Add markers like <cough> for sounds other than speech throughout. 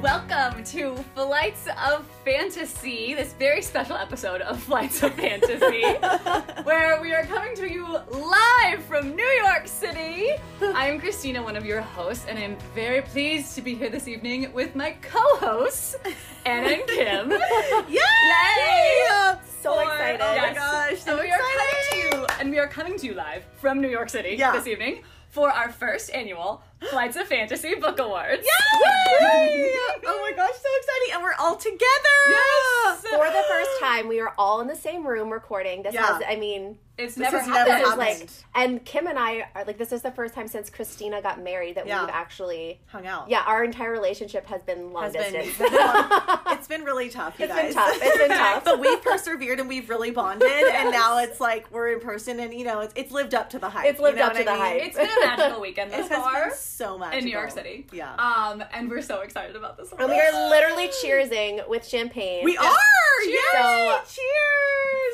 Welcome to Flights of Fantasy, this very special episode of Flights of Fantasy, where we are coming to you live from New York City. I'm Christina, one of your hosts, and I'm very pleased to be here this evening with my co hosts, Anna and Kim. Yay! So For- excited. Oh my Yes. gosh, so And we are coming to you, and we are coming to you live from New York City Yeah. this evening for our first annual Flights of Fantasy Book Awards. Yay! oh my gosh, so exciting. And we're all together. Yes! for the first <laughs> time, we were all in the same room recording. This Yeah. has, I mean, It's never has happened. never this is happened. like, and Kim and I are like, this is the first time since Christina got married that Yeah. we've actually Hung out. Yeah, our entire relationship has been long Has been- <laughs> distance. it's been really tough, you It's guys. been tough. It's been <laughs> tough. but we've persevered and we've really bonded, and now it's like we're in person, and you know, it's, it's lived up to the hype. It's lived you know up what to I the mean? hype. It's been a magical <laughs> weekend thus It has far been so much in New York ago. City. Yeah, Um, and we're so excited about this. and we are literally cheersing with champagne. we are. Cheers! So-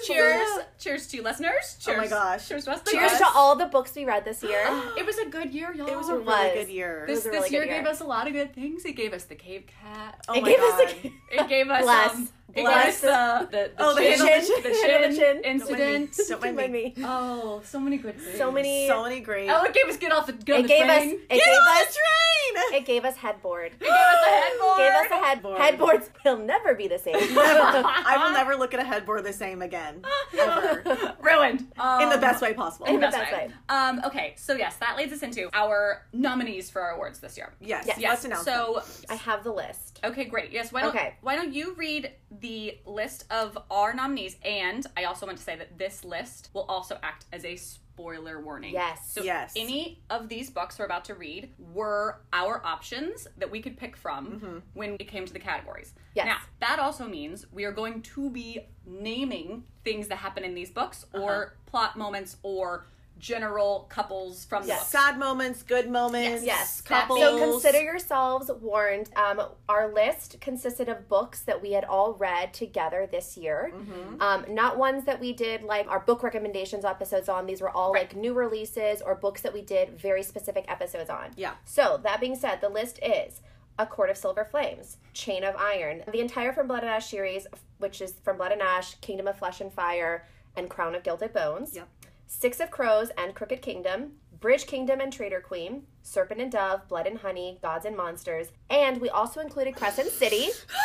cheers! Cheers! Cheers to you, listeners. Cheers! Oh my gosh. Cheers to us. Cheers to all the books we read <gasps> this year. Oh It was a good year, y'all. It was a It really was. good year. this was a this really year good gave year. us a lot of good things. It gave us the cave cat. oh it my gave God. us <laughs> a It gave us Bless. um, it Bless. gave us the the, the Oh, the chin, handle- the <laughs> the chin, Don't handle chin. mind me. incident. <laughs> Don't Don't mind me. Oh, so many good things. So many. So many great. Oh, it gave us get off the get on it the gave us. train. It Get gave on us. the train! It gave us headboard. <gasps> It gave us a headboard. <laughs> Gave us a head Headboard. Headboards will never be the same. <laughs> Never. I will never look at a headboard the same again. Ever. <laughs> ruined um, In the best way possible. In the That's best right. way. Um, okay, so yes, that leads us into our nominees for our awards this year. Yes, Yes. let's announce So, I have the list. okay, great. Yes, why don't Okay. why don't you read the list of our nominees? And I also want to say that this list will also act as a spoiler warning. Yes. So Yes. any of these books we're about to read were our options that we could pick from when it came to the categories. Yes. Now that also means we are going to be naming things that happen in these books Uh-huh. or plot moments or general couples from the them. books. Sad moments, good moments, Yes. couples. So consider yourselves warned. Um, our list consisted of books that we had all read together this year. Mm-hmm. Um, not ones that we did like our book recommendations episodes on. These were all like new releases or books that we did very specific episodes on. Yeah. So that being said, the list is. A Court of Silver Flames, Chain of Iron, the entire From Blood and Ash series, which is From Blood and Ash, Kingdom of Flesh and Fire, and Crown of Gilded Bones. Yep. Six of Crows and Crooked Kingdom, Bridge Kingdom and Trader Queen, Serpent and Dove, Blood and Honey, Gods and Monsters, and we also included Crescent <gasps> City, Ah,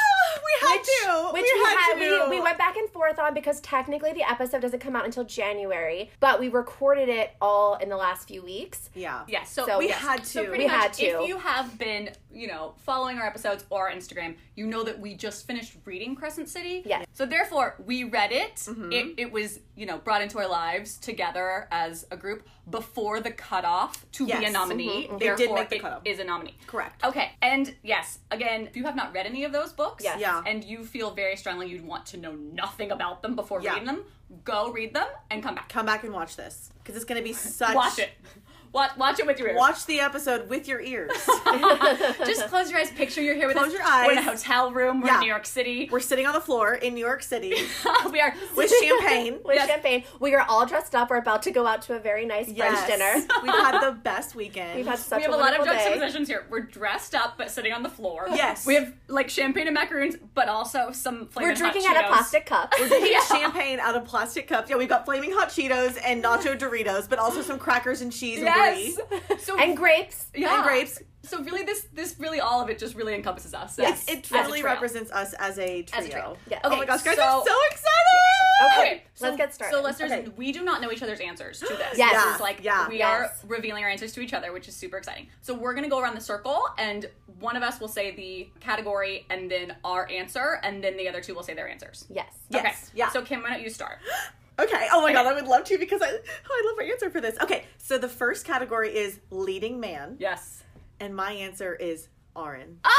we had to. which we, we, had, had- to. we, we went back and forth on because technically the episode doesn't come out until January, but we recorded it all in the last few weeks. Yeah. Yeah, so, So We yes. had to. So pretty We much, had to. If you have been, you know, following our episodes or our Instagram, you know that we just finished reading Crescent City. Yes. So therefore, we read it. Mm-hmm. It, it was, you know, brought into our lives together as a group before the cutoff to be a Yes. nominee. They did Therefore, make the it cutoff. is a nominee. Correct. Okay, and yes, again, if you have not read any of those books, Yes. Yeah. and you feel very strongly you want to know nothing about them before Yeah. reading them, go read them and come back. Come back and watch this because it's going to be such. Watch it. Watch, watch it with your ears. Watch the episode with your <laughs> ears. Just close your eyes. Picture you're here with us. Close your We're in a eyes. hotel room. We're in Yeah. New York City. We're sitting on the floor in New York City <laughs> we are. with champagne. <laughs> With Yes. champagne, we are all dressed up. We're about to go out to a very nice Yes. <laughs> French dinner. We've had the best weekend. We've had such we have a lot of wonderful day. juxtapositions here. We're dressed up but sitting on the floor. Yes. We have like champagne and macaroons, but also some flaming We're drinking hot out of Cheetos. <laughs> plastic cups. We had <laughs> champagne out of plastic cups. Yeah, we've got flaming hot Cheetos <gasps> and nacho Doritos, but also some crackers and cheese and Yes. brie. So and grapes. yeah. and grapes. So really, this this really all of it just really encompasses us. Yes. as- It as a really trio. represents us as a trio. As a trio. Yeah. Oh my gosh, guys, So- I'm so excited! Okay, Okay, let's so- get started. So, listeners, Okay. we do not know each other's answers to <gasps> this. Yes. This is like Yeah. we Yes. are revealing our answers to each other, which is super exciting. So we're gonna go around the circle, and one of us will say the category, and then our answer, and then the other two will say their answers. Yes. Yes. Okay. Yeah. <gasps> So Kim, why don't you start? Okay. Oh my god, I would love to because I <laughs> oh, I love my answer for this. Okay, so the first category is leading man, Yes. and my answer is Arin. Ah!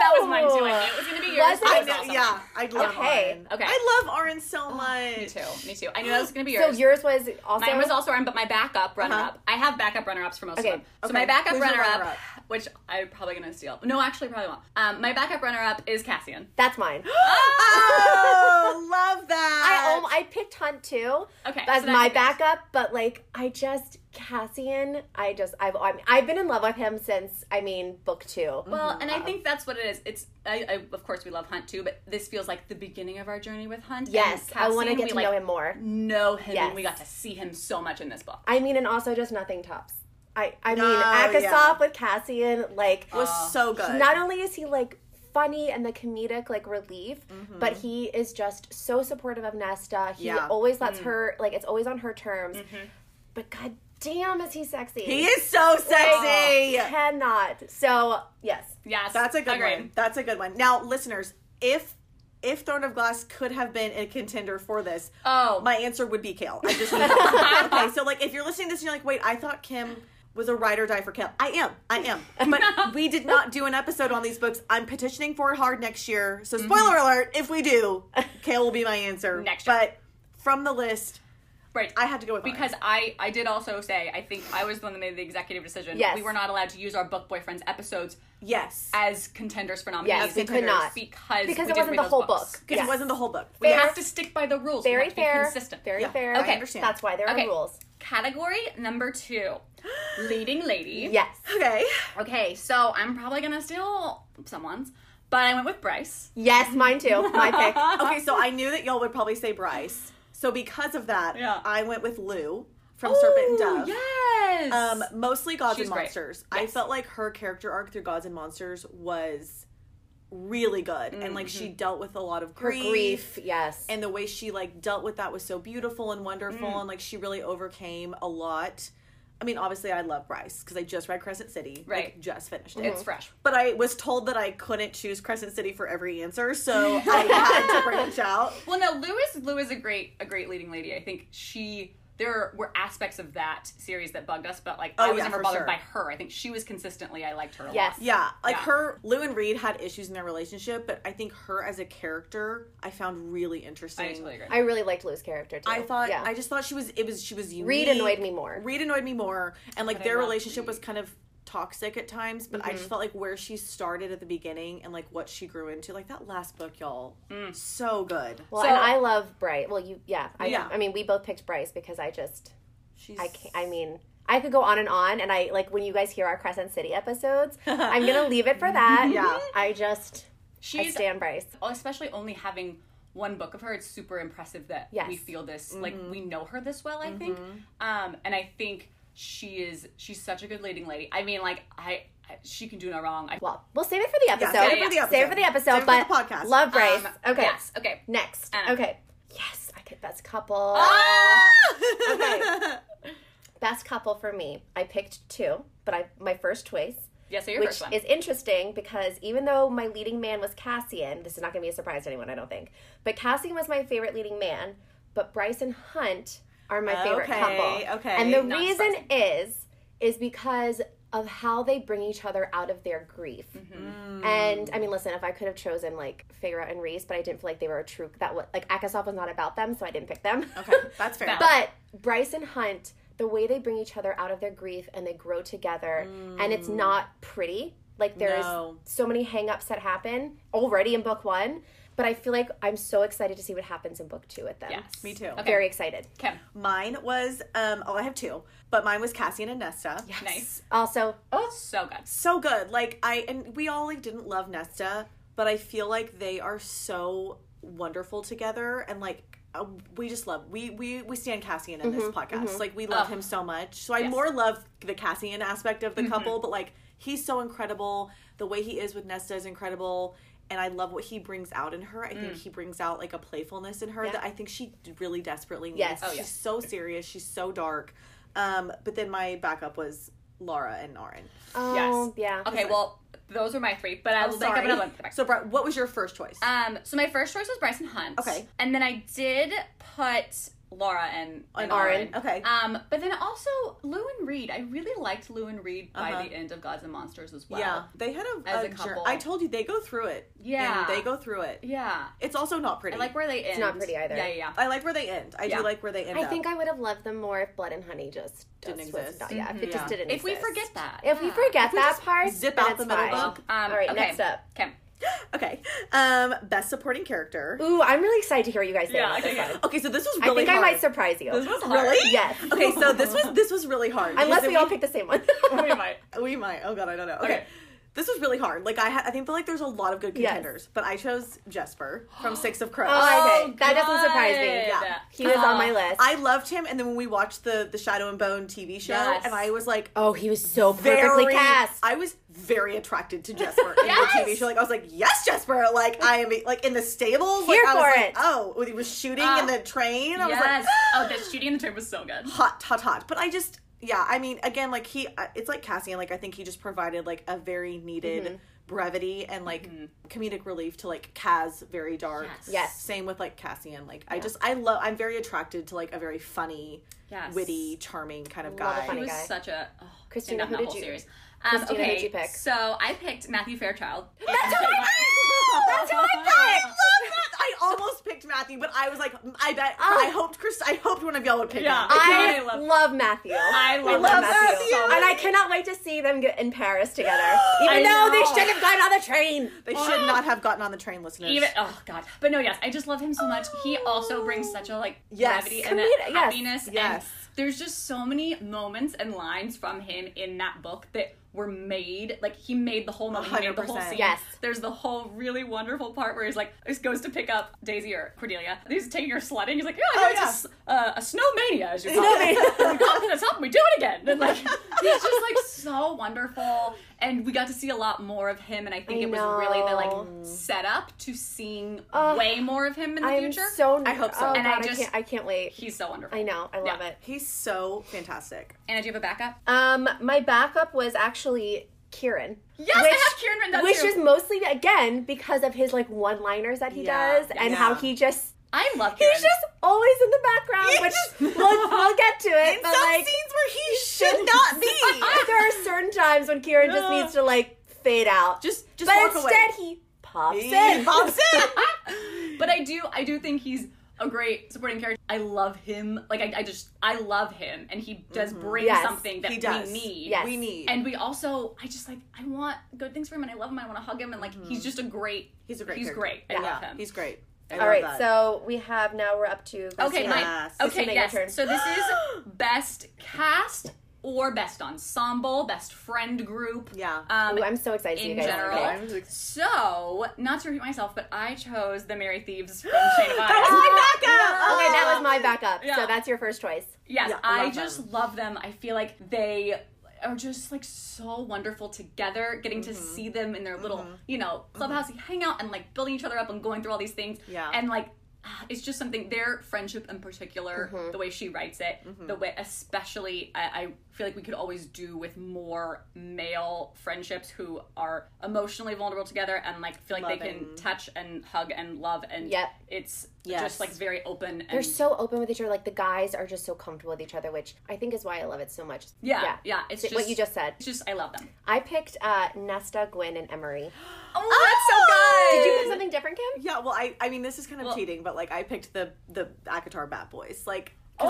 That was mine too. I knew it was gonna be yours. Was it? I I saw know, something. yeah, I love Okay. Arin. Okay. Oh, I love Arin so much. Me too. Me too. I knew that was <gasps> gonna be So yours. yours was also. Mine was also Arin, but my backup runner Uh-huh. up. I have backup runner ups for most Okay. of them. So Okay. my backup Who's your runner up, runner-up? which I'm probably gonna steal. No, actually, probably won't. Um, my backup runner up is Cassian. That's <gasps> mine. <laughs> Oh, love I that. um, I picked Hunt too. Okay, As so that my makes- backup, but like I just Cassian, I just I've I mean, I've been in love with him since I mean book two. Well, Mm-hmm. and Uh, I think that's what it is. It's I, I of course we love Hunt too, but this feels like the beginning of our journey with Hunt. and yes, I want to Cassian, get we, to like, know him more. Know him, and we Yes. got to see him so much in this book. I mean, and also just nothing tops. I I mean, No, Akasoff yeah. with Cassian, like was so good. not only is he like funny and the comedic like relief, but he is just so supportive of Nesta. He Mm-hmm. Yeah. Mm. Mm-hmm. always lets her like it's always on her terms. But god damn is he sexy. he is so sexy. cannot. So yes. Yes, That's a good agreed. one. That's a good one. Now, listeners, if if Throne of Glass could have been a contender for this, Oh. my answer would be Kale. I <laughs> just need help. okay. So, like, if you're listening to this and you're like, wait, I thought Kim was a ride or die for Kale. I am. I am. <laughs> But we did not do an episode on these books. I'm petitioning for it hard next year. Mm-hmm. So, spoiler alert: if we do, Kale will be my answer Next year. But from the list, Right. I had to go with because I I did also say I think I was the one that made the executive decision. Yes. We were not allowed to use our book boyfriends episodes yes, as contenders for nominees. Yes, we could contenders not. because Because we it did wasn't read the those whole books. book. because yes. it wasn't the whole book. We Fair. have to stick by the rules. We Very have to be fair. consistent. Very Yeah, fair. I Okay. understand. That's why there are Okay. rules. Category number two, <gasps> leading lady. Yes. Okay. Okay, so I'm probably gonna steal someone's, but I went with Bryce. Yes, mine too. My <laughs> pick. Okay, so I knew that y'all would probably say Bryce. So because of that, Yeah. Oh, I went with Lou from Serpent and Dove. Yes. Um, mostly Gods She's and great. Monsters. I felt like her character arc through Gods and Monsters was really good, and like Mm-hmm. she dealt with a lot of Her grief, grief. Yes. and the way she like dealt with that was so beautiful and wonderful, Mm. and like she really overcame a lot. I mean, obviously, I love Bryce because I just read Crescent City, like, Right. just finished it. it's fresh. But I was told that I couldn't choose Crescent City for every answer, <laughs> so I had to branch out. Well, no, Lou is Lou is a great a great leading lady. I think she there were aspects of that series that bugged us, but like I Oh, was yeah, never for bothered sure. by her. I think she was consistently I liked her a Yes. lot. Yeah, like Yeah. her, Lou and Reed had issues in their relationship, but I think her as a character, I found really interesting. I totally agree. I really liked Lou's character too. I thought Yeah. I just thought she was it was she was unique. annoyed me more. Reed annoyed me more, and like But I their love relationship Reed. was kind of toxic at times. But Mm-hmm. I just felt like where she started at the beginning and like what she grew into, like that last book, y'all, Mm. so good. well, so- and I love Bryce. Well, you. Yeah. I, Yeah. I mean, we both picked Bryce because I just. She's I can't, I mean, I could go on and on, and I like when you guys hear our Crescent <laughs> City episodes. I'm gonna leave it for that. Yeah. I just I She's stand Bryce. especially only having one book of her it's super impressive that Yes. Mm-hmm. we feel this like we know her this well i think um and i think she is she's such a good leading lady i mean like i, I she can do no wrong I, Well, we'll save it for the episode. save it for the Save it for episode. the episode. Save it for but the podcast. Love Bryce. um, okay. yes <laughs> okay Next. Anna. Okay. Yes, I could best couple. Ah! <laughs> Best couple for me. I picked two, but I my first choice. yeah so your which first one is interesting because even though my leading man was Cassian, this is not going to be a surprise to anyone, I don't think. But Cassian was my favorite leading man, but Bryce and Hunt are my favorite Okay, couple. okay. And the Not reason is is because of how they bring each other out of their grief. Mm-hmm. And I mean, listen, if I could have chosen like Feyre and Reese, but I didn't feel like they were a true that was like Akasov was not about them, so I didn't pick them. okay, <laughs> that's fair. But Bryce and Hunt, the way they bring each other out of their grief and they grow together, and it's not pretty. Like there's No. so many hangups that happen already in book one, but I feel like I'm so excited to see what happens in book two with them. yes Me too. okay Very excited. kim mine was um oh I have two, but mine was Cassian and Nesta. Yeah. nice Also, oh so good so good. Like I and we all like didn't love Nesta, but I feel like they are so wonderful together and like uh, we just love we we we stand Cassian in Mm-hmm, this podcast. Like we love him so much. So I more love the Cassian aspect of the Mm-hmm. couple, but like he's so incredible. The way he is with Nesta is incredible. And I love what he brings out in her. I think he brings out like a playfulness in her that I think she really desperately needs. Yes. Oh, she's yeah. so serious. She's so dark. Um, but then my backup was Laura and Narin. oh, yeah. okay well those were my three but i will make up another one So, Brett, Um, what was your first choice? Um, so my first choice was Bryson Hunt. Okay. And then I did put Laura and, and Aaron. Aaron. Okay. Um, but then also Lou and Reed. I really liked Lou and Reed by Uh-huh. the end of Gods and Monsters as well. yeah, they had a, as a a jour- couple. I told you they go through it. Yeah. And they go through it. Yeah. It's also not pretty. I like where they end. not pretty either. Yeah, yeah, yeah. I like where they end. I Yeah. do like where they end. I up. think I would have loved them more if Blood and Honey just Didn't just was exist. Not, yeah, if it Yeah. just didn't. If we exist. forget that. If we Yeah. forget we that just part, zip then out it's the middle fine. Well, bunk. um, All right, okay. next up. Okay. okay. Um, best supporting character. Ooh, I'm really excited to hear what you guys say. Yeah, about okay, this yeah. one. Okay, so this was I really think I hard. might surprise you, this was hard. really Yes. Okay, so this <laughs> was this was really hard. unless Because we all pick the same one. <laughs> We might. we might. Oh god, I don't know. Okay. Okay. This was really hard. Like I, ha- I think feel like there's a lot of good Yes. contenders, but I chose Jesper from Six <gasps> of Crows. Oh, okay. Oh, That doesn't surprise me. God. Yeah. He was on my Oh. list. I loved him, and then when we watched the the Shadow and Bone TV show, Yes. and I was like, oh, he was so perfectly very- cast. I was very attracted to Jesper in <laughs> Yes! the TV show. Like I was like, yes, Jesper. Like I am like in the stables. Here like, I was for like, it. Uh, oh, when he was shooting in the train. I was Yes. like, "Ah!" oh, the shooting in the train was so good. hot, hot, hot. But I just, yeah. I mean, again, like he, uh, it's like Cassian. Like I think he just provided like a very needed. Mm-hmm. Brevity and like comedic relief to like Kaz, very dark. Yes. Yes. Same with like Cassian. Like I just I love. I'm very attracted to like a very funny, Yes. witty, charming kind of Love a guy. funny It was guy. such a oh, Christina, and that who whole did you- series. Um, Christina, okay, who'd you pick? So I picked Matthew Fairchild. That's who <laughs> I picked. That's who I picked. I almost picked Matthew, but I was like, I bet I hoped Chris. I hoped one of y'all would pick Yeah. him. I, I love- love, Matthew. I love love Matthew. Matthew. And I cannot wait to see them get in Paris together. <gasps> Even I though they know. should have gotten on the train. They should not have gotten on the train, listeners. Even oh god, but no, yes, I just love him so much. He also brings such a like Yes. levity and Comedic- that yes, happiness. yes. And there's just so many moments and lines from him in that book that were made. Like he made the whole movie, he made the whole 100%. scene. Yes. There's the whole really wonderful part where he's like, just goes to pick up Daisy or Cordelia. He's taking her sledding. He's like, yeah, I know Oh, it's yeah. a s- uh, a snow mania, as you call it. <laughs> we got to the top and we do it again. And like, he's just like so wonderful. And we got to see a lot more of him. And I think I it was really the know. like setup to seeing Ugh. way more of him in the I'm future. so. I hope so. Oh, And I God, I, just- can't, I can't wait. He's so wonderful. I know. I love Yeah. it. He's so fantastic. Anna, do you have a backup? Um, my backup was actually Kieran. Yes, I have Kieran written down Which too. is mostly again because of his like one-liners that he Yeah, does yeah, and yeah. how he just I love Kieran. he's just always in the background. He which just- we'll, we'll get to <laughs> it, In but some like scenes where he should <laughs> not be. <laughs> there are certain times when Kieran just needs to like fade out. just, just but walk instead away. he pops He <laughs> in. pops in. but I do, I do think he's a great supporting character. I love him. Like I, I just, I love him, and he does bring Mm-hmm. Yes, something that he does. we need. Yes. We need. And we also, I just like, I want good things for him, and I love him. I want to hug him, and like, Mm-hmm. he's just a great. He's a great He's character. great. I Yeah. love yeah, him. he's great. I <laughs> All love right, that. so we have now we're up to okay. Christina. Mine. Yes. Okay. Christina, your Yes. turn. So this is <gasps> best cast or best ensemble, best friend group. Yeah. Um, Ooh, I'm so excited to see you in guys. general. Okay. I'm ex- So, not to repeat myself, but I chose the Merry Thieves from Shane of That was Ice. my backup. Ah, Um, Okay, that was my backup. Yeah. So that's your first choice. Yes, Yeah, I I love just them. love them. I feel like they are just like so wonderful together. Getting to Mm-hmm. see them in their little, you know, clubhouse hangout and like building each other up and going through all these things. Yeah. And like, ah, it's just something their friendship in particular, Mm-hmm. the way she writes it, the way especially I, I feel like we could always do with more male friendships who are emotionally vulnerable together and like feel like they can Loving. touch and hug and love and Yep. it's Yes. just like very open. And They're so open with each other. Like the guys are just so comfortable with each other, which I think is why I love it so much. yeah, yeah, It's Th- just what you just said. It's just I love them. I picked uh, Nesta, Gwen, and <gasps> Emery. Oh, that's Did you pick something different, Kim? Oh! Yeah, well, I, I mean, this is kind of cheating, but like, I picked the the Akatar Bat Boys, like. Oh,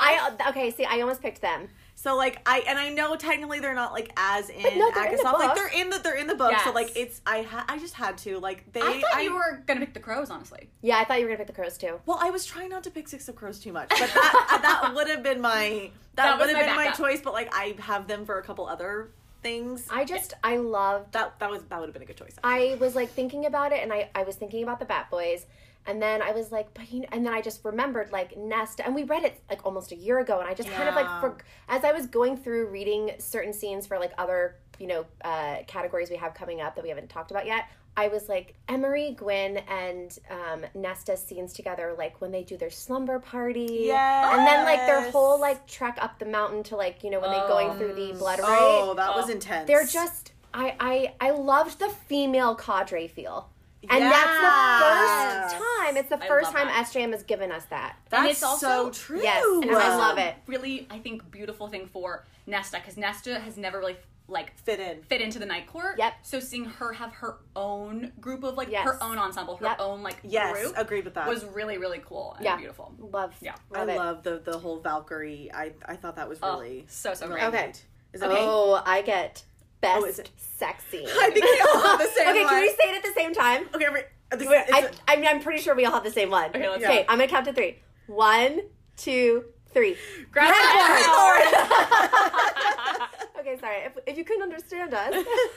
I okay. See, I almost picked them. So like I and I know technically they're not like as in no, they're in the Akasov. Like book. they're in the they're in the book. So Yes. like it's I ha- I just had to like they I thought you were gonna pick the crows, honestly. Yeah, I thought you were gonna pick the crows too. Well, I was trying not to pick Six of Crows too much, but that uh, that would have been my that, That was would have my been backup. my choice. But like I have them for a couple other things. I just, I loved. that that was that would have been a good choice. I was like thinking about it, and I, I was thinking about the Bat Boys, and then I was like, but you know, and then I just remembered like Nesta, and we read it like almost a year ago, and I just kind of like, Yeah. for, as I was going through reading certain scenes for like other you know uh, categories we have coming up that we haven't talked about yet. I was like Emery, Gwyn, and um, Nesta's scenes together, like when they do their slumber party, and then like their Yes. Um, whole like trek up the mountain to like you know when they're going through the blood right. oh, that was intense. They're just I I I loved the female cadre feel. And that's Yes. the first time. It's the I first love time that. SJM has given us that. That's it's also- so true. Yes, and I Wow. love it. Really, I think beautiful thing for Nesta because Nesta has never really like Fit in. fit into the night court. Yep. So seeing her have her own group of like Yes. her own ensemble, her Yep. own like Yes, group agreed with that. was really really cool and Yeah. beautiful. Love. Yeah. I it. love the the whole Valkyrie. I I thought that was really Oh, so, so really great. Okay. neat. Is that me? Oh, I get best Oh, is it- <laughs> sexy. I think we all <laughs> have the same okay, one. can we say it at the same time? Okay, every, this, I, it's- I mean, I'm pretty sure we all have the same one. Okay, let's I'm gonna count to three. One, two, three. Grab Grab <laughs> that. <laughs> Okay, sorry. If, if you couldn't understand us, it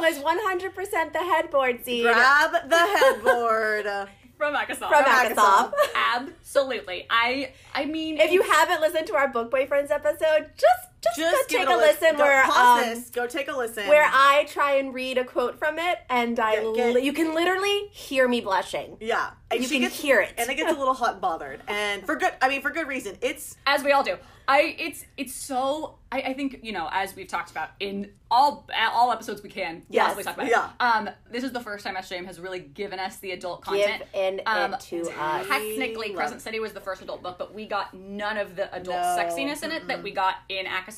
was 100% the headboard scene <laughs> grab the headboard. from Microsoft. from Akasov. Akasov. Absolutely. I I mean If you haven't listened to our book boyfriends episode, just just, go Just give take it a listen Go, where pause um, this. Go take a listen. where I try and read a quote from it, and I Get- get- li- you can literally hear me blushing. yeah, and you can hear it. and it gets a little hot and bothered, and for good. I mean, for good reason. It's as we all do. I it's it's so I, I think you know as we've talked about in all all episodes we can Yes. possibly talk about. it. Yeah. Um, this is the first time SJM has really given us the adult Give content. in Um, it to us. Technically, love Crescent City was the first adult book, but we got none of the adult No. sexiness in it that we got in Akasoft,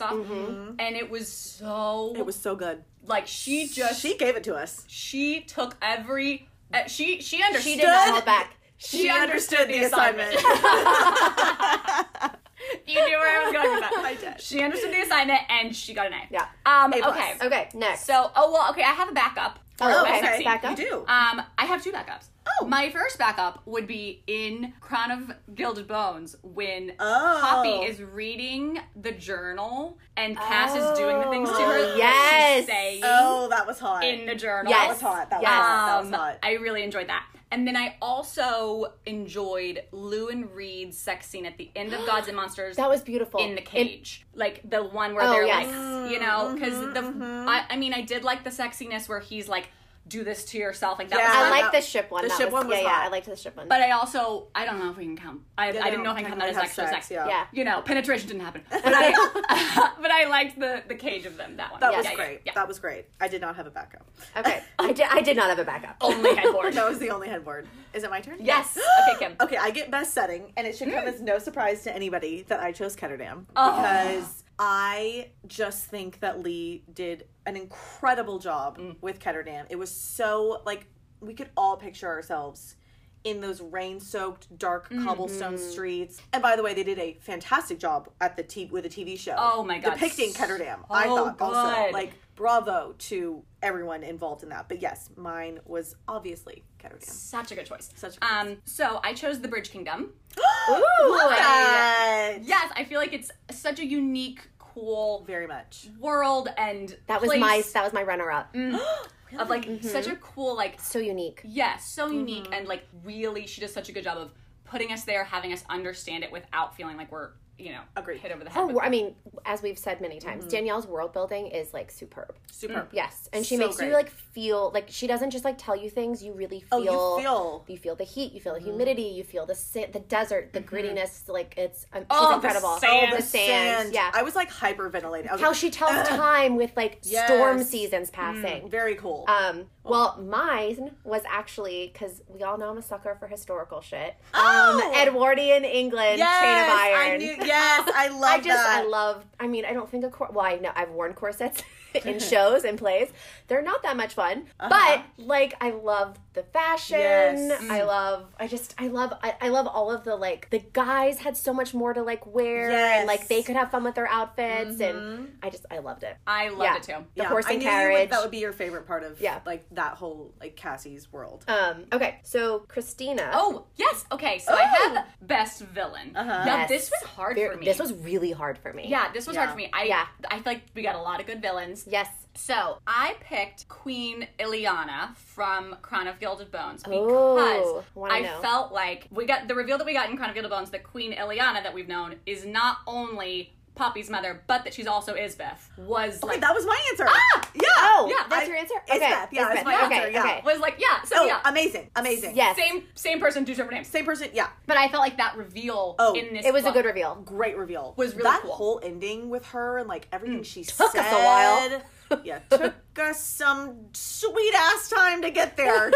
and it was so. it was so good. like she just She gave it to us. she took every uh, she she understood She did not hold back. she, understood the assignment. <laughs> you knew where I was going with <laughs> that. I did. She understood the assignment and she got an A. Yeah. Um. A plus. okay. Okay, next. So oh well okay I have a backup. Oh, West okay. Sexy. Back up. You do. Um, I have two backups. Oh. My first backup would be in Crown of Gilded Bones when Oh. Poppy is reading the journal and Cass is doing the things to her that Oh, Yes. Uh, she's saying oh, that was hot. in the journal. Yes. that was hot. That was Yes. hot. That was Um, hot. I really enjoyed that. And then I also enjoyed Lou and Reed's sex scene at the end <gasps> of Gods and Monsters that was beautiful. in the cage. like the one where Oh, they're yes. like, you know, because the, Mm-hmm, I, I mean, I did like the sexiness where he's like, do this to yourself. Like that Yeah. was I fun. like the ship one. Um, The that ship was, one was yeah, hot. uh, yeah, I liked the ship one. But I also, I don't know if we can count. I, I didn't know if I don't can count that as have actual sex. sex, yeah. yeah. You know, penetration didn't <laughs> happen. But I, <laughs> but I liked the, the cage of them, that one. That Yeah, was yeah, great. yeah. That was great. I did not have a backup. okay, I did. I did not have a backup. Oh, Only headboard. <laughs> That was the only headboard. Is it my turn? Yes. Okay, Kim. Okay, I get best setting, and it should come Hmm. as no surprise to anybody that I chose Ketterdam Oh. because I just think that Lee did an incredible job Mm. with Ketterdam. It was so like we could all picture ourselves in those rain-soaked, dark Mm-hmm. cobblestone streets. And by the way, they did a fantastic job at the t- with the TV show. Oh my God, Oh, depicting Ketterdam. I so thought also good. like bravo to everyone involved in that. But yes, mine was obviously Ketterdam. Such a good choice. Such a good um. So I chose the Bridge Kingdom. Love I- it. Yes, I feel like it's such a unique, cool Very much. Mm-hmm. world and That was place my. That was my runner-up. Mm-hmm. of like such a cool like So unique. yes, so unique Mm-hmm. and like really she does such a good job of putting us there, having us understand it without feeling like we're you know Agreed. hit over the head. Oh, with I mean, as we've said many times, Mm-hmm. Danielle's world building is like superb. Superb. Yes, and she So makes you great. like feel like she doesn't just like tell you things. You really feel. Oh, you feel- Mm-hmm. you feel the heat. You feel the humidity. You feel the sa- the desert, the grittiness. Like it's um, she's Oh, the incredible. sand. the sand. Yeah, I was like hyperventilating. I was how like, she tells time with like storm Yes. Mm. seasons passing. very cool. Um, well, mine was actually because we all know I'm a sucker for historical shit. Oh! Um, Edwardian England chain of iron. I knew, yes, I <laughs> love I just that. I love. I mean, I don't think a cor- well, I know I've worn corsets <laughs> in shows and plays. They're not that much fun, but like I love the fashion. Uh-huh. Yes. Mm. I love. I just I love. I, I love all of the like the guys had so much more to like wear and Yes. Mm-hmm. like they could have fun with their outfits and I just I loved it. I loved yeah. it too. The horse I and knew you would- carriage. that would be your favorite part of Yeah. like that whole like Cassie's world. Um, okay, so Christina. Oh yes, okay. So I have best villain. Uh-huh. Now Oh! Yes. this was hard Ver- for me. This was really hard for me. yeah, this was hard for me. I Yeah. I feel like we got a lot of good villains. Yes. So I picked Queen Ileana from Crown of Gilded Bones because Ooh, wanna I know. felt like we got the reveal that we got in Crown of Gilded Bones that Queen Ileana that we've known is not only Poppy's mother, but that she's also Isbeth, was Wait, like that was my answer. Yeah. Uh, Oh, Yeah, that's I- your answer. It's Beth. Yeah, it's it's my Beth. answer. Okay, Yeah. okay. was like yeah. So Oh, yeah, amazing, amazing. Yes. same same person, two different names. Same person. Yeah. But I felt like that reveal Oh, in this It was a book- good reveal. Great reveal. Was really that cool. whole ending with her and like everything she Mm. <laughs> took us said. a while. yeah, took <laughs> us some sweet ass time to get there.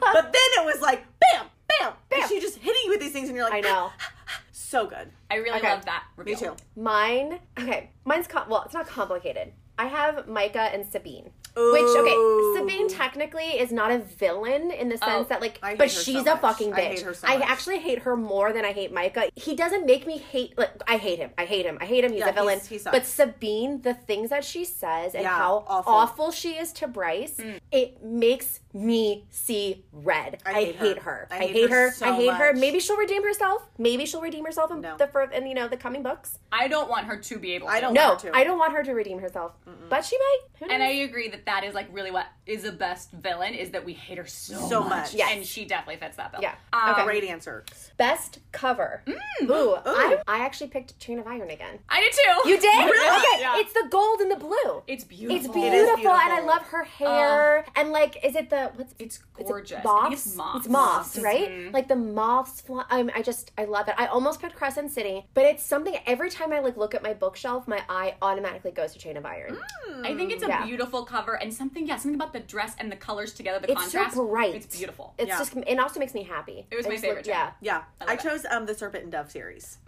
but then it was like bam, bam, bam. She just hitting you with these things, and you're like, I know. <gasps> so good. I really Okay. loved that Me reveal. too. Mine, okay, mine's com- well, it's not complicated. I have Micah and Sabine, which okay, Ooh. Sabine technically is not a villain in the sense Oh, that like, I hate but her so she's a much. fucking bitch. I hate her so I much. actually hate her more than I hate Micah. He doesn't make me hate like I hate him. I hate him. I hate him. He's Yeah, a villain. he's- he sucks. but Sabine, the things that she says and Yeah, how awful. awful. Hmm. she is to Bryce, it makes me see red. I, hate, hate her. her. I hate her. I so hate her. much. Maybe she'll redeem herself. Maybe she'll redeem herself in No. the fir- in you know the coming books. I don't want her to be able. to. I don't No, want her to. I don't want her to redeem herself, but she might. Who knows? And I agree that that is like really what is the best villain is that we hate her so, So much. much. Yes. And she definitely fits that bill. Yeah. Um, Mm, Okay. Great answer. Best cover. Ooh, I, I actually picked Chain of Iron again. I did too. You did? <laughs> Really? Okay, Yeah. it's the gold and the blue. It's beautiful. It's beautiful, beautiful. and I love her hair. and like, is it the what's? Uh-huh. It's is it gorgeous. I think moths. it's moths. Mm-hmm. moths, right? Like the moths. Fly, um, I just, I love it. I almost picked Crescent City, but it's something. Every time I like look at my bookshelf, my eye automatically goes to Chain of Iron. Mm, I think it's a Yeah. beautiful cover and something, yeah, something about the dress and the colors together, the It's so contrast. bright. It's beautiful. It's Yeah. just, it also makes me happy. It was I my just look- favorite Yeah. genre. Yeah, love I, it. chose um the Serpent and Dove series.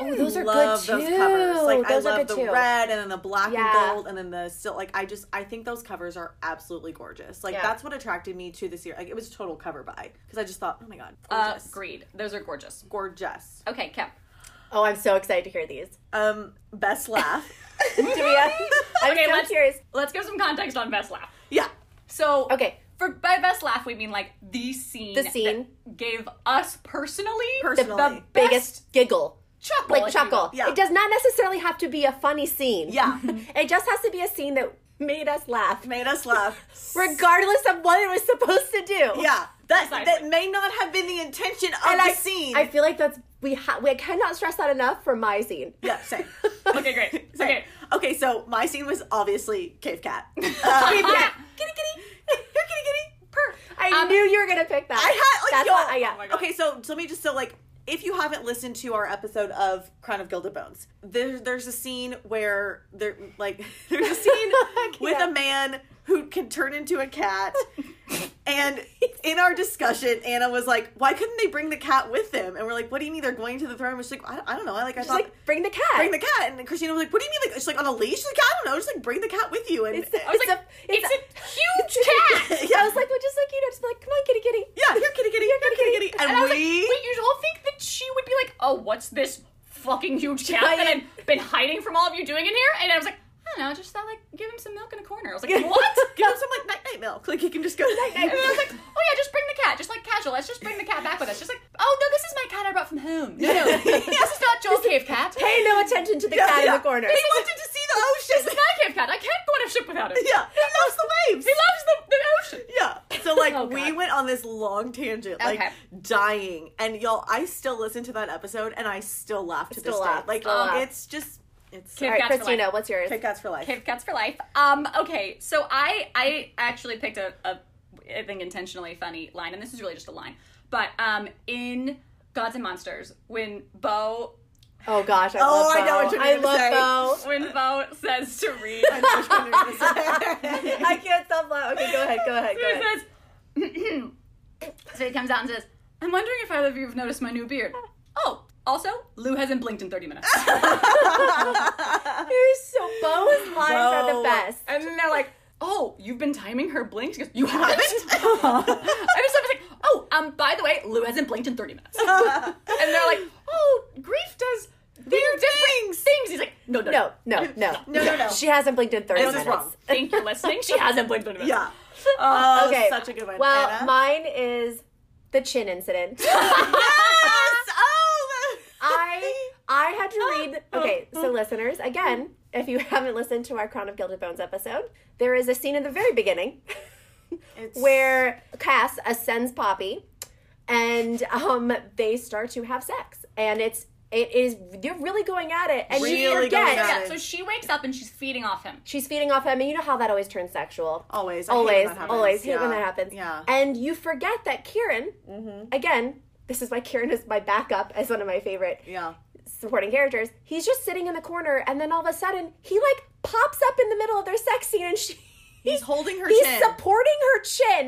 Oh, those are love good too. those covers. Like those I are love good the too. red and then the black Yeah. and gold and then the still like I just I think those covers are absolutely gorgeous. Like Yeah. that's what attracted me to this year. Like it was a total cover buy because I just thought, oh my god, Uh, gorgeous, agreed. Those are gorgeous. gorgeous. Okay, Kev. Oh, I'm so excited to hear these. <laughs> Um, best laugh. <laughs> Divya, I'm Okay, so let's, curious. let's give some context on Best Laugh. yeah, So Okay. for by best laugh we mean like the scene, The scene. that gave us personally, Personally. the best Biggest giggle. chuckle, Like if you chuckle. will. Yeah. It does not necessarily have to be a funny scene. yeah, <laughs> It just has to be a scene that made us laugh, made us laugh. <laughs> regardless of what it was supposed to do. Yeah, that that Precisely. may not have been the intention of And the I, scene. I feel like that's we ha- we cannot stress that enough for my scene. <laughs> yeah, same. Okay, great. Same. Okay. Okay, so my scene was obviously cave cat. <laughs> Uh, cave cat. <laughs> Kitty, kitty. Here, kitty, kitty. Purr. Um, I knew you were gonna pick that. I had like that's yo, Oh what I yeah. <laughs> God. Okay, so, so let me just so like if you haven't listened to our episode of Crown of Gilded Bones, there, there's a scene where there like <laughs> there's a scene with <laughs> a man who can turn into a cat. And in our discussion, Anna was like, "Why couldn't they bring the cat with them?" And we're like, "What do you mean they're going to the throne?" And She's like, "I, I don't know. I like I She's thought like bring the cat. bring the cat." And Christina was like, "What do you mean? Like she's like on a leash? She's like I don't know. Just like bring the cat with you." And I was It's like, a- it's, it's a, huge cat. <laughs> I was like, well, just like you know, just like come on, kitty, kitty. yeah, here, kitty, kitty, here, kitty, kitty, kitty. And, And I was like, we wait, you'd all think that she would be like, oh, what's this fucking huge cat that Giant- I've been hiding from all of you doing in here? And I was like, I don't know, just thought like give him some milk in a corner. I <laughs> was like, what? give him some like night night milk. Like <laughs> he can just go night And then I was like, oh yeah, just bring the cat, just like casual. Let's just bring the cat back with us. Just like, oh no, this is my cat I brought from home. No, <laughs> no, this is not Joel's cave cat. Pay no attention to the cat in yeah. the corner. He wanted to see the It's ocean. not a cave cat. I can't go on a ship without him. yeah, he loves the waves. He loves the, the ocean. yeah. So <laughs> like Oh, we God. went on this long tangent, like Okay. dying, and y'all, I still listen to that episode, and I still laugh to Still this laugh, day. Like still laugh. it's just, it's Cave All right, cats for life. Christina, what's yours? Cave cats for life. <laughs> Cave cats for life. Um, okay, so I I actually picked a, a I think intentionally funny line, and this is really just a line. But um, in Gods and Monsters, when Bo Oh gosh, I Oh, love Bo. I know what you're I gonna say. love when Bo says to Reed, <laughs> Bo. I can't stop laughing. Okay, go ahead, go ahead, go he ahead. says, so he comes out and says, <clears throat> "I'm wondering if either of you have noticed my new beard." Oh, also, Lou hasn't blinked in 30 minutes, He's so Bo's lines are the Bo. best. and then they're like. Oh, you've been timing her blinks? She goes, <laughs> you haven't? I just I was like, oh, um, by the way, Lou hasn't blinked in 30 <laughs> minutes. and they're like, "Oh, grief does weird things." Things. He's like, "No, no, No, <laughs> no, no, No, no, no. She hasn't blinked in thirty This is minutes. wrong. Thank you listening. She hasn't blinked in a minute." Yeah. Oh, Okay, such a good one. Well, Anna? mine is the chin incident. yes. Oh, the- I I had to <laughs> read. Okay, so listeners, again, if you haven't listened to our Crown of Gilded Bones episode, there is a scene in the very beginning <laughs> It's- where Cass ascends Poppy, and um, they start to have sex, and it's It is they're really going at it, and you Really going forget at Yeah, it. so she wakes up and she's feeding off him. she's feeding off him, and you know how that always turns sexual. Always. I hate when always, that happens. always hate when Yeah. that happens. Yeah. Mm-hmm. and you forget that Kieran, again, this is why Kieran is my backup as one of my favorite Yeah. supporting characters. He's just sitting in the corner, and then all of a sudden, he like pops up in the middle of their sex scene, and she He's holding her he's chin. supporting her chin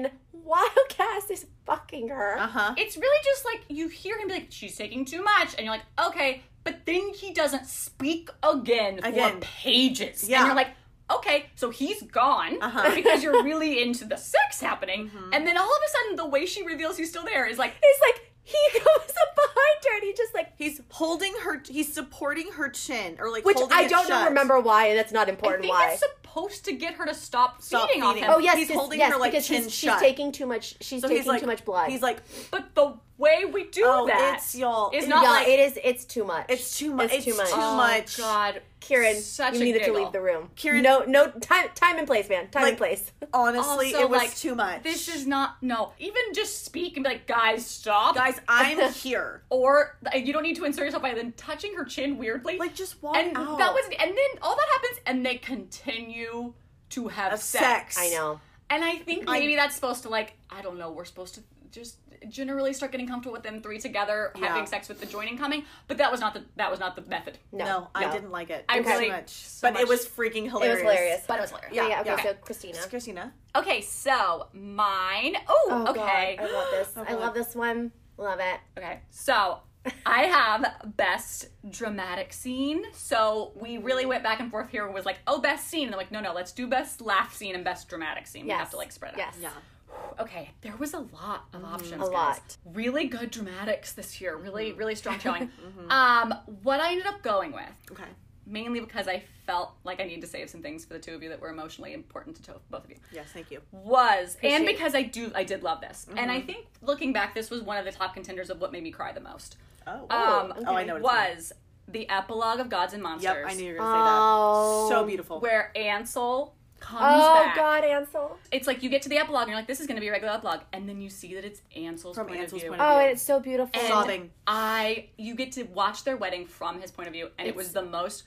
while Cass is fucking her. uh-huh. It's really just like you hear him be like, she's taking too much, and you're like, okay, but then he doesn't speak again, for Again. pages. Yeah. Uh-huh. And you're like, okay, so he's gone <laughs> because you're really into the sex happening. Mm-hmm. And then all of a sudden, the way she reveals he's still there is like, He's like he <laughs> goes up behind her, and he just like. He's holding her. He's supporting her chin, or like Which holding I it don't know, shut. remember why, and that's not I important think why. it's supposed to get her to stop, Stop feeding, feeding. off Oh him. yes, He's he's holding yes, her, like, because chin she's, shut. she's taking too much. She's So taking he's like too much blood. He's like, But the way we do Oh, that it's y'all- is it's not yeah, like it is. It's too much. it's too much. It's too much. Too Oh, much. God, Kieran, such you a needed to giggle. leave the room. Kieran- no, no time, time and place, man. Time and Like, place. <laughs> Honestly, Also, it was like, too much. This is not no. Even just speak and be like, guys, stop, guys. <laughs> I'm here. Or like, you don't need to insert yourself by then touching her chin weirdly. Like, just walk And out. that was, and then all that happens, and they continue to have Of sex. sex. I know. And I think maybe that's supposed to like I don't know. We're supposed to just generally start getting comfortable with them three together having Yeah. sex with the joining coming. But that was not the that was not the method. No, No, I no. didn't like it. I It was really- too much. so but much. it was freaking It hilarious. was hilarious. But it was hilarious. yeah, yeah. Okay, yeah. so Christina. It's Christina. Okay, so mine. Oh, Oh, God, okay. I love this. I love this one. Love it. Okay, so I have best dramatic scene. So we really went back and forth here. Was like, oh, best scene. And I'm like, no, no, let's do best laugh scene and best dramatic scene. We Yes. have to like spread it. Yes. Mm-hmm. Okay, there was a lot of options. A guys. lot. Mm-hmm. Really good dramatics this year. Really, really strong <laughs> showing. Um, what I ended up going with, Okay. mainly because I felt like I need to save some things for the two of you that were emotionally important to to- both of you Yes, thank you. was and Appreciate it. Mm-hmm. because i do i did love this and i think looking back this was one of the top contenders of what made me cry the most Oh. um Oh, I know what it's gonna was the epilogue of gods and monsters Yep, I knew you were gonna say Oh. that. So beautiful. Um, where ansel comes Oh back God, Ansel. it's like you get to the epilogue and you're like this is going to be a regular epilogue and then you see that it's ansel's From point of Ansel's view point of Oh, and it's so beautiful. And Sobbing. i you get to watch their wedding from his point of view and it was the most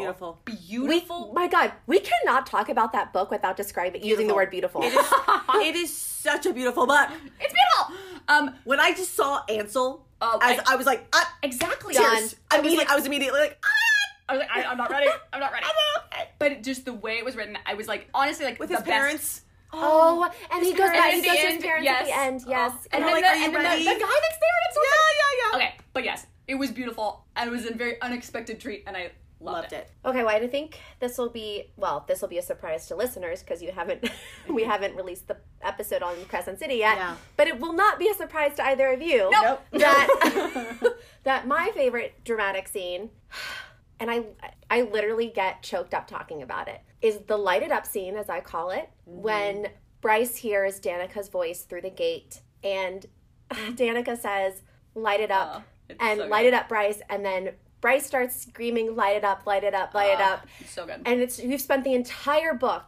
<laughs> beautiful. We, beautiful my God, we cannot talk about that book without describing using the word beautiful. <laughs> It is, it is such a beautiful book. it's beautiful um When I just saw Ansel, Oh, as I- I, was like, ah, exactly tears. I, was I was immediately like, ah, I was like, I, I'm not ready. I'm not <laughs> ready. but it, just the way it was written, I was like, honestly, like with the his best- parents. oh, and he goes parents. back. He And goes the to his end, parents at the yes. end. Yes. Oh, and and then like, the- are you and then the- ready? the guy that's there. It's Yeah, yeah, yeah. Okay, but yes, it was beautiful, and it was a very unexpected treat, and I loved, Loved it. Okay, well, I think this will be well, this will be a surprise to listeners because you haven't <laughs> we haven't released the episode on Crescent City yet. Yeah. But it will not be a surprise to either of you Nope. <laughs> that that my favorite dramatic scene and I I literally get choked up talking about it is the lighted up scene as I call it Mm-hmm. when Bryce hears Danica's voice through the gate <laughs> and Danica says light it up Oh, it's and so light good. it up Bryce and then Bryce starts screaming light it up light it up light it up Ah, It's so good. and it's we've spent the entire book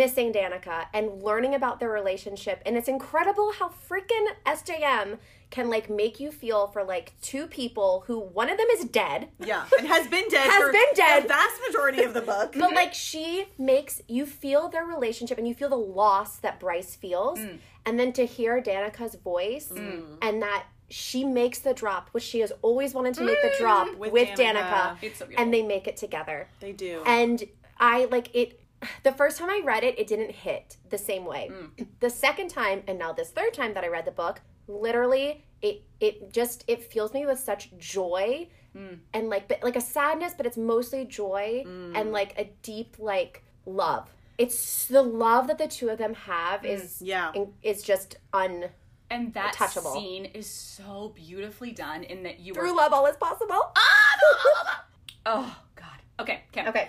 missing Danica and learning about their relationship and it's incredible how freaking SJM can like make you feel for like two people who one of them is <laughs> dead <laughs> Yeah, and has been dead. Has for been dead. The vast majority of the <laughs> book. but like she makes you feel their relationship and you feel the loss that Bryce feels Mm. and then to hear Danica's voice and that she makes the drop which she has always wanted to make the drop with, With Danica. Danica, Mm. It's so beautiful. and they make it together they do. and I like it. The first time I read it, it didn't hit the same way. The second time, and now this third time that I read the book, literally, it it just it fills me with such joy and like but like a sadness, but it's mostly joy and like a deep like love. It's the love that the two of them have is yeah. in- is just un And that touchable. scene is so beautifully done in that you through were. love all is possible. <laughs> Oh God. Okay, Kim. okay,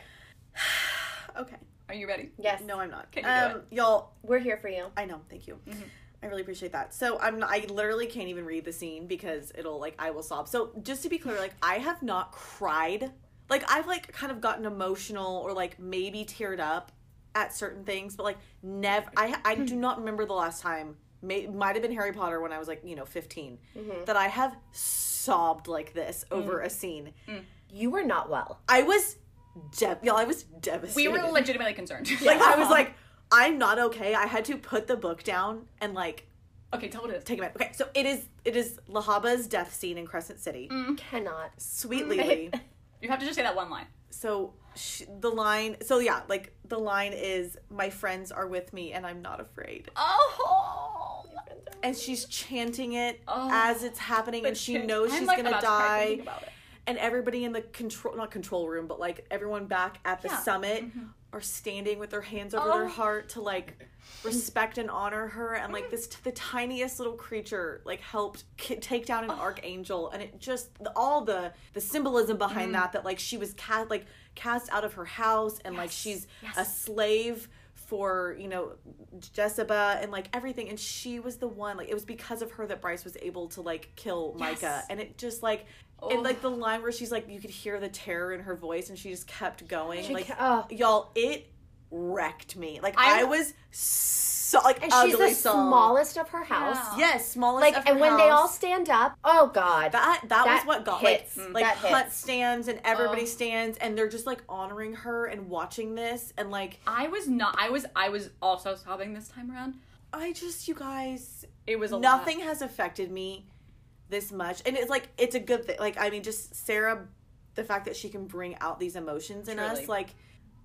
okay. Are you ready? yes, No, I'm not. Can you do um, Y'all, we're here for you. I know. Thank you. Mm-hmm. I really appreciate that. So I'm. I literally can't even read the scene because it'll like I will sob. So just to be clear, like I have not cried. Like I've like kind of gotten emotional or <laughs> like maybe teared up at certain things, but like never. I I do not remember the last time may, might have been Harry Potter when I was like, you know, 15, Mm-hmm. that I have sobbed like this over a scene. Mm-hmm. You were not well. I was, de- y'all, I was devastated. We were legitimately concerned. like, <laughs> I was <laughs> like, I'm not okay. I had to put the book down and like okay, tell what it is. take a minute. Okay, so it is it is Lahaba's death scene in Crescent City. Mm. Mm-hmm. Cannot. Sweet Lily. You have to just say that one line. so she, the line. So yeah, like the line is, "My friends are with me, and I'm not afraid." Oh. And she's chanting it as it's happening, and she knows I'm, she's like, gonna about to cry die. thinking about it. and everybody in the control not control room but like everyone back at the summit Mm-hmm. are standing with their hands over Oh. their heart to like respect and honor her and like this the tiniest little creature like helped k- take down an archangel and it just all the the symbolism behind Mm-hmm. that that like she was cast like cast out of her house and like she's a slave for you know Jezebel and like everything and she was the one like it was because of her that Bryce was able to like kill Micah and it just like and like the Oh. line where she's like you could hear the terror in her voice and she just kept going like ca- oh. y'all it wrecked me like i I- was so like And ugly she's the soul. smallest of her house. yes smallest Like, of her and when they all house. stand up, oh god. that that, that was what got hits. like Mm. like That Hunt hits. Oh. stands and everybody stands and they're just like honoring her and watching this and like I was not. I was. I was also sobbing this time around. I just you guys It was a lot. nothing has affected me this much and it's like it's a good thing like i mean just sarah the fact that she can bring out these emotions in us Truly. like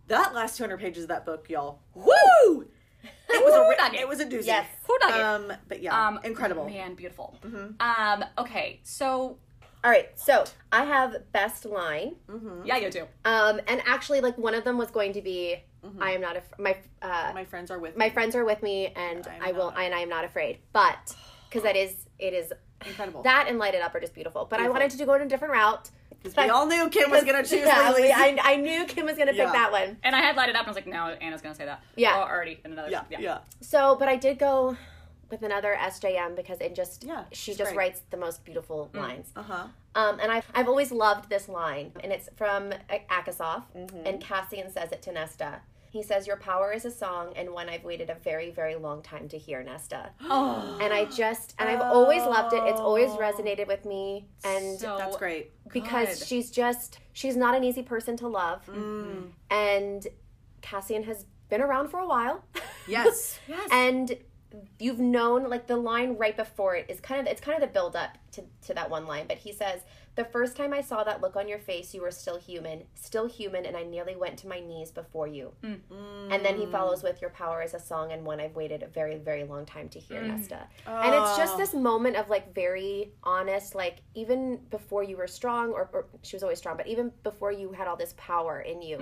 that last 200 pages of that book y'all woo it was a nugget. it was a doozy Yes. Who dug it? um but yeah Um, incredible Man, beautiful. Mm-hmm. Um. Okay. So All right, so I have best line. yeah, you do. Um, and actually, like one of them was going to be, "I am not af- my uh, my friends are with my me. friends are with me, and I will, and I am not afraid." But because that is, it is incredible that and light it up are just beautiful. But I wanted to go in a different route. 'Cause we all knew kim was gonna choose Yeah, Lily. we- I, <laughs> I knew Kim was gonna Yeah. pick that one. And I had light it up, and I was like, no, Anna's gonna say that. Yeah. Oh, already in another. yeah yeah So, but I did go with another SJM because it just Yeah, she she's just great. writes the most beautiful lines. uh-huh Um, and I've, I've always loved this line, and it's from A- Akasoff, Mm-hmm. and Cassian says it to Nesta. He says, Your power is a song and one I've waited a very, very long time to hear, <gasps> Nesta. And I just, and I've always loved it. It's always resonated with me. And Oh. So that's great because good. Mm-hmm. she's just, she's not an easy person to love. And Cassian has been around for a while. yes <laughs> And you've known like the line right before it is kind of it's kind of the build up to, to that one line, but he says, The first time I saw that look on your face, you were still human, still human, and I nearly went to my knees before you. And then he follows with Your Power is a song and one I've waited a very, very long time to hear, Nesta. And it's just this moment of like very honest, like even before you were strong, or, or she was always strong, but even before you had all this power in you,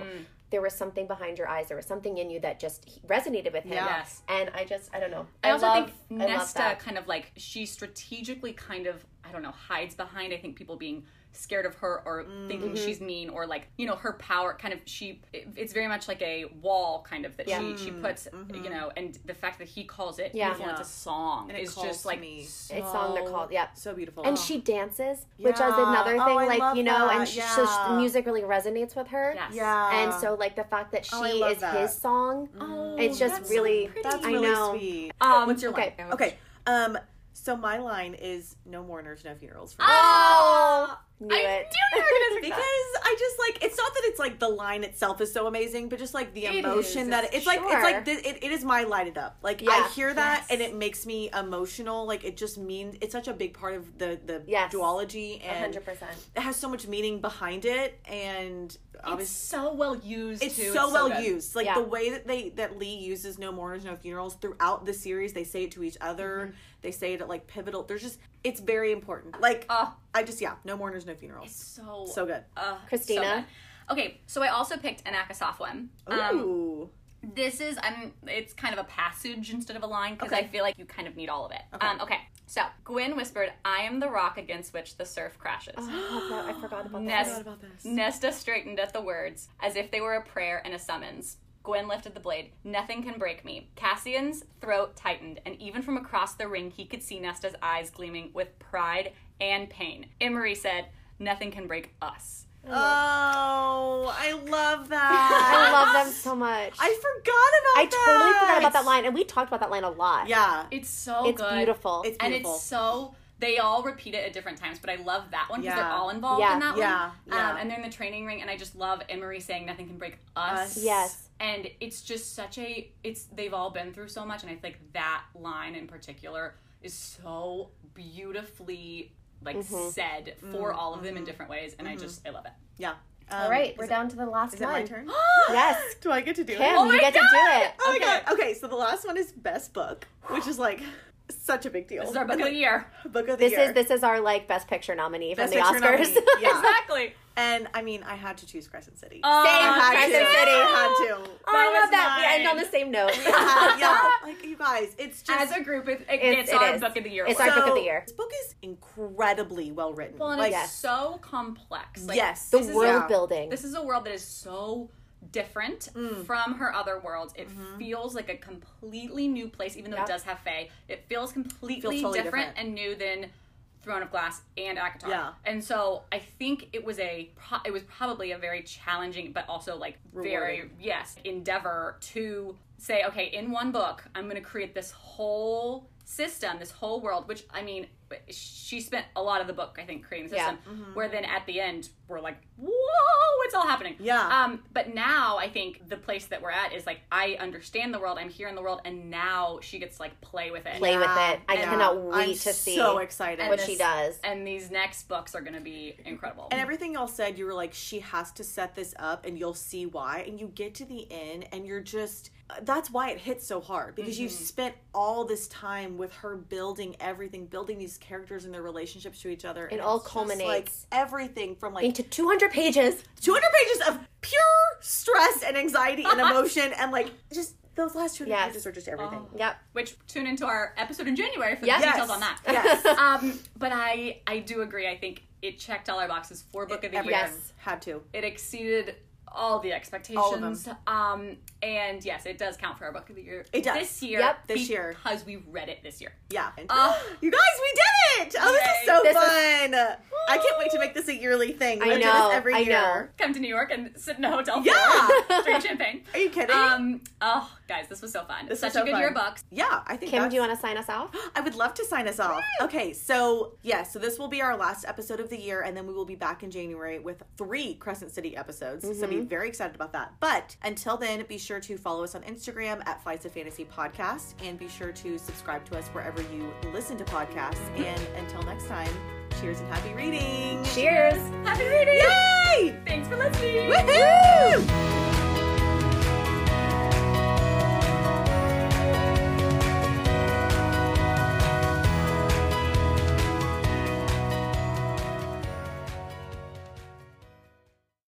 there was something behind your eyes, there was something in you that just resonated with him. Yes. And I just, I don't know. I, also love- think I love Nesta that. kind of like she strategically kind of I don't know hides behind I think people being scared of her or thinking Mm-hmm. she's mean or like you know her power kind of she it- it's very much like a wall kind of that she Mm-hmm. she puts you know and the fact that he calls it Mm-hmm. Yeah. yeah, it's a song it is calls just to like me. so It's song they're called, yeah. so beautiful And she dances, which is Yeah. another thing, Oh, I love like, you know, that. and she, so she- the Yeah. music really resonates with her. yes yeah Oh, And so, like, the fact that she I love is that. Mm-hmm. his song, Oh, it's just really, that's I really know. sweet um what's your okay. line? okay um so my line is no mourners no funerals for Oh! Knew I it. knew you were <laughs> gonna pick because that. I just like it's not that it's like the line itself is so amazing, but just like the It emotion is, that it's it's like it's sure. like th- it, it is my light it up. Like I Yeah. hear that and it makes me emotional. Like it just means it's such a big part of the the Yes. duology and 100%. <gasps> it has so much meaning behind it and it's obviously. so well used It's too. so well good. used. Like Yeah. the way that they that Lee uses "No Mourners, No Funerals" throughout the series, they say it to each other. They say it at like pivotal. There's just it's very important. Like I just yeah, "No Mourners, No Funerals," so so good. uh, Christina? Oh. so good. okay so I also picked an Akasoff one um Ooh. this is I'm it's kind of a passage instead of a line because I feel like you kind of need all of it. Okay. Um, okay. So Gwyn whispered, "I am the rock against which the surf crashes." Oh, that- I forgot about that. Nes- about this. Nesta straightened at the words as if they were a prayer and a summons. Gwen lifted the blade. Nothing can break me. Cassian's throat tightened, and even from across the ring, he could see Nesta's eyes gleaming with pride and pain. Emery said, "Nothing can break us." <laughs> Oh, I love that. I love love them so much. I forgot about I totally forgot that about that line, and we talked about that line a lot. Yeah. It's so it's good. beautiful. It's and beautiful. it's so they all repeat it at different times, but I love that one because Yeah. they're all involved Yeah. in that Yeah. one. Yeah. Um, and they're in the training ring, and I just love Emery saying nothing can break us. Us. yes, And it's just such a it's they've all been through so much, and I think that line in particular is so beautifully like said for all of them in different ways, and I just I love it. yeah. all right, we're down to the last um, Is it one. my <gasps> turn? Yes, do I get to do it? Kim, Oh you my get to God! do it. Oh my Okay. god. Okay, so the last one is best book, which is like such a big deal. This is our book of the year. Book of the This year. is this is our like best picture nominee Best from the Picture Oscars. nominee. Yeah. Exactly. and I mean, I had to choose Crescent City. Oh, I had Crescent to. City. I had to. Oh, I was love that. mine. We end on the same note. yeah, <laughs> yeah, like you guys, it's just As a group, it, it It's- gets it our is. book of the year. It's award. our book of the year. This book is incredibly well written. Well, and like, it's so complex. Like, Yes. the this is world yeah. building. This is a world that is so different Mm. from her other worlds. It Mm-hmm. feels like a completely new place, even though Yep. it does have Faye. It feels completely Feels totally different, different. and new than Throne of Glass and Akatar. Yeah. And so I think it was a pro- it was probably a very challenging but also like very Rewarding. yes endeavor to say okay in one book I'm going to create this whole system this whole world which I mean she spent a lot of the book I think creating the Yeah. Mm-hmm. system where then at the end we're like whoa it's all happening Yeah. um but now I think the place that we're at is like I understand the world I'm here in the world and now she gets to, like play with it Play with it. I yeah. cannot I'm wait to see So excited. what this- she does. and these next books are going to be incredible and everything y'all said, you were like, she has to set this up, and you'll see why. And you get to the end, and you're just that's why it hits so hard because you've Mm-hmm. spent all this time with her building everything, building these characters and their relationships to each other. and all it's just, like, culminates everything from like Into 200 pages. 200 pages of pure stress and anxiety <laughs> and emotion, and like just those last 200 Yes. Oh. pages are just everything. Yep. which tune into our episode in January for the Yes. details on that. <laughs> Yes. um, but I I do agree. I think it checked all our boxes for book of the year. Everything. Had to. It exceeded all the expectations. All of them. Um, and yes, it does count for our book of the year. It does. this year. Yep. This year. because we read it this year. Yeah. Oh. <gasps> you guys, we did it! Oh, this Yay. is so This is- fun. I can't wait to make this a yearly thing. We're I gonna do know, this every I year. Come to New York and sit in a hotel. Yeah. <laughs> floor, drink champagne. Are you kidding? Um. Oh, guys, this was so fun. This Such was so a good fun. year of books. yeah, I think. Kim, do you that's- want to sign us off? I would love to sign us off. Okay, so yeah, so this will be our last episode of the year, and then we will be back in January with three Crescent City episodes. So be very excited about that. But until then, be sure to follow us on Instagram at Flights of Fantasy Podcast, and be sure to subscribe to us wherever you listen to podcasts. And until next time, cheers and happy reading. Cheers. Happy reading. Yay! Thank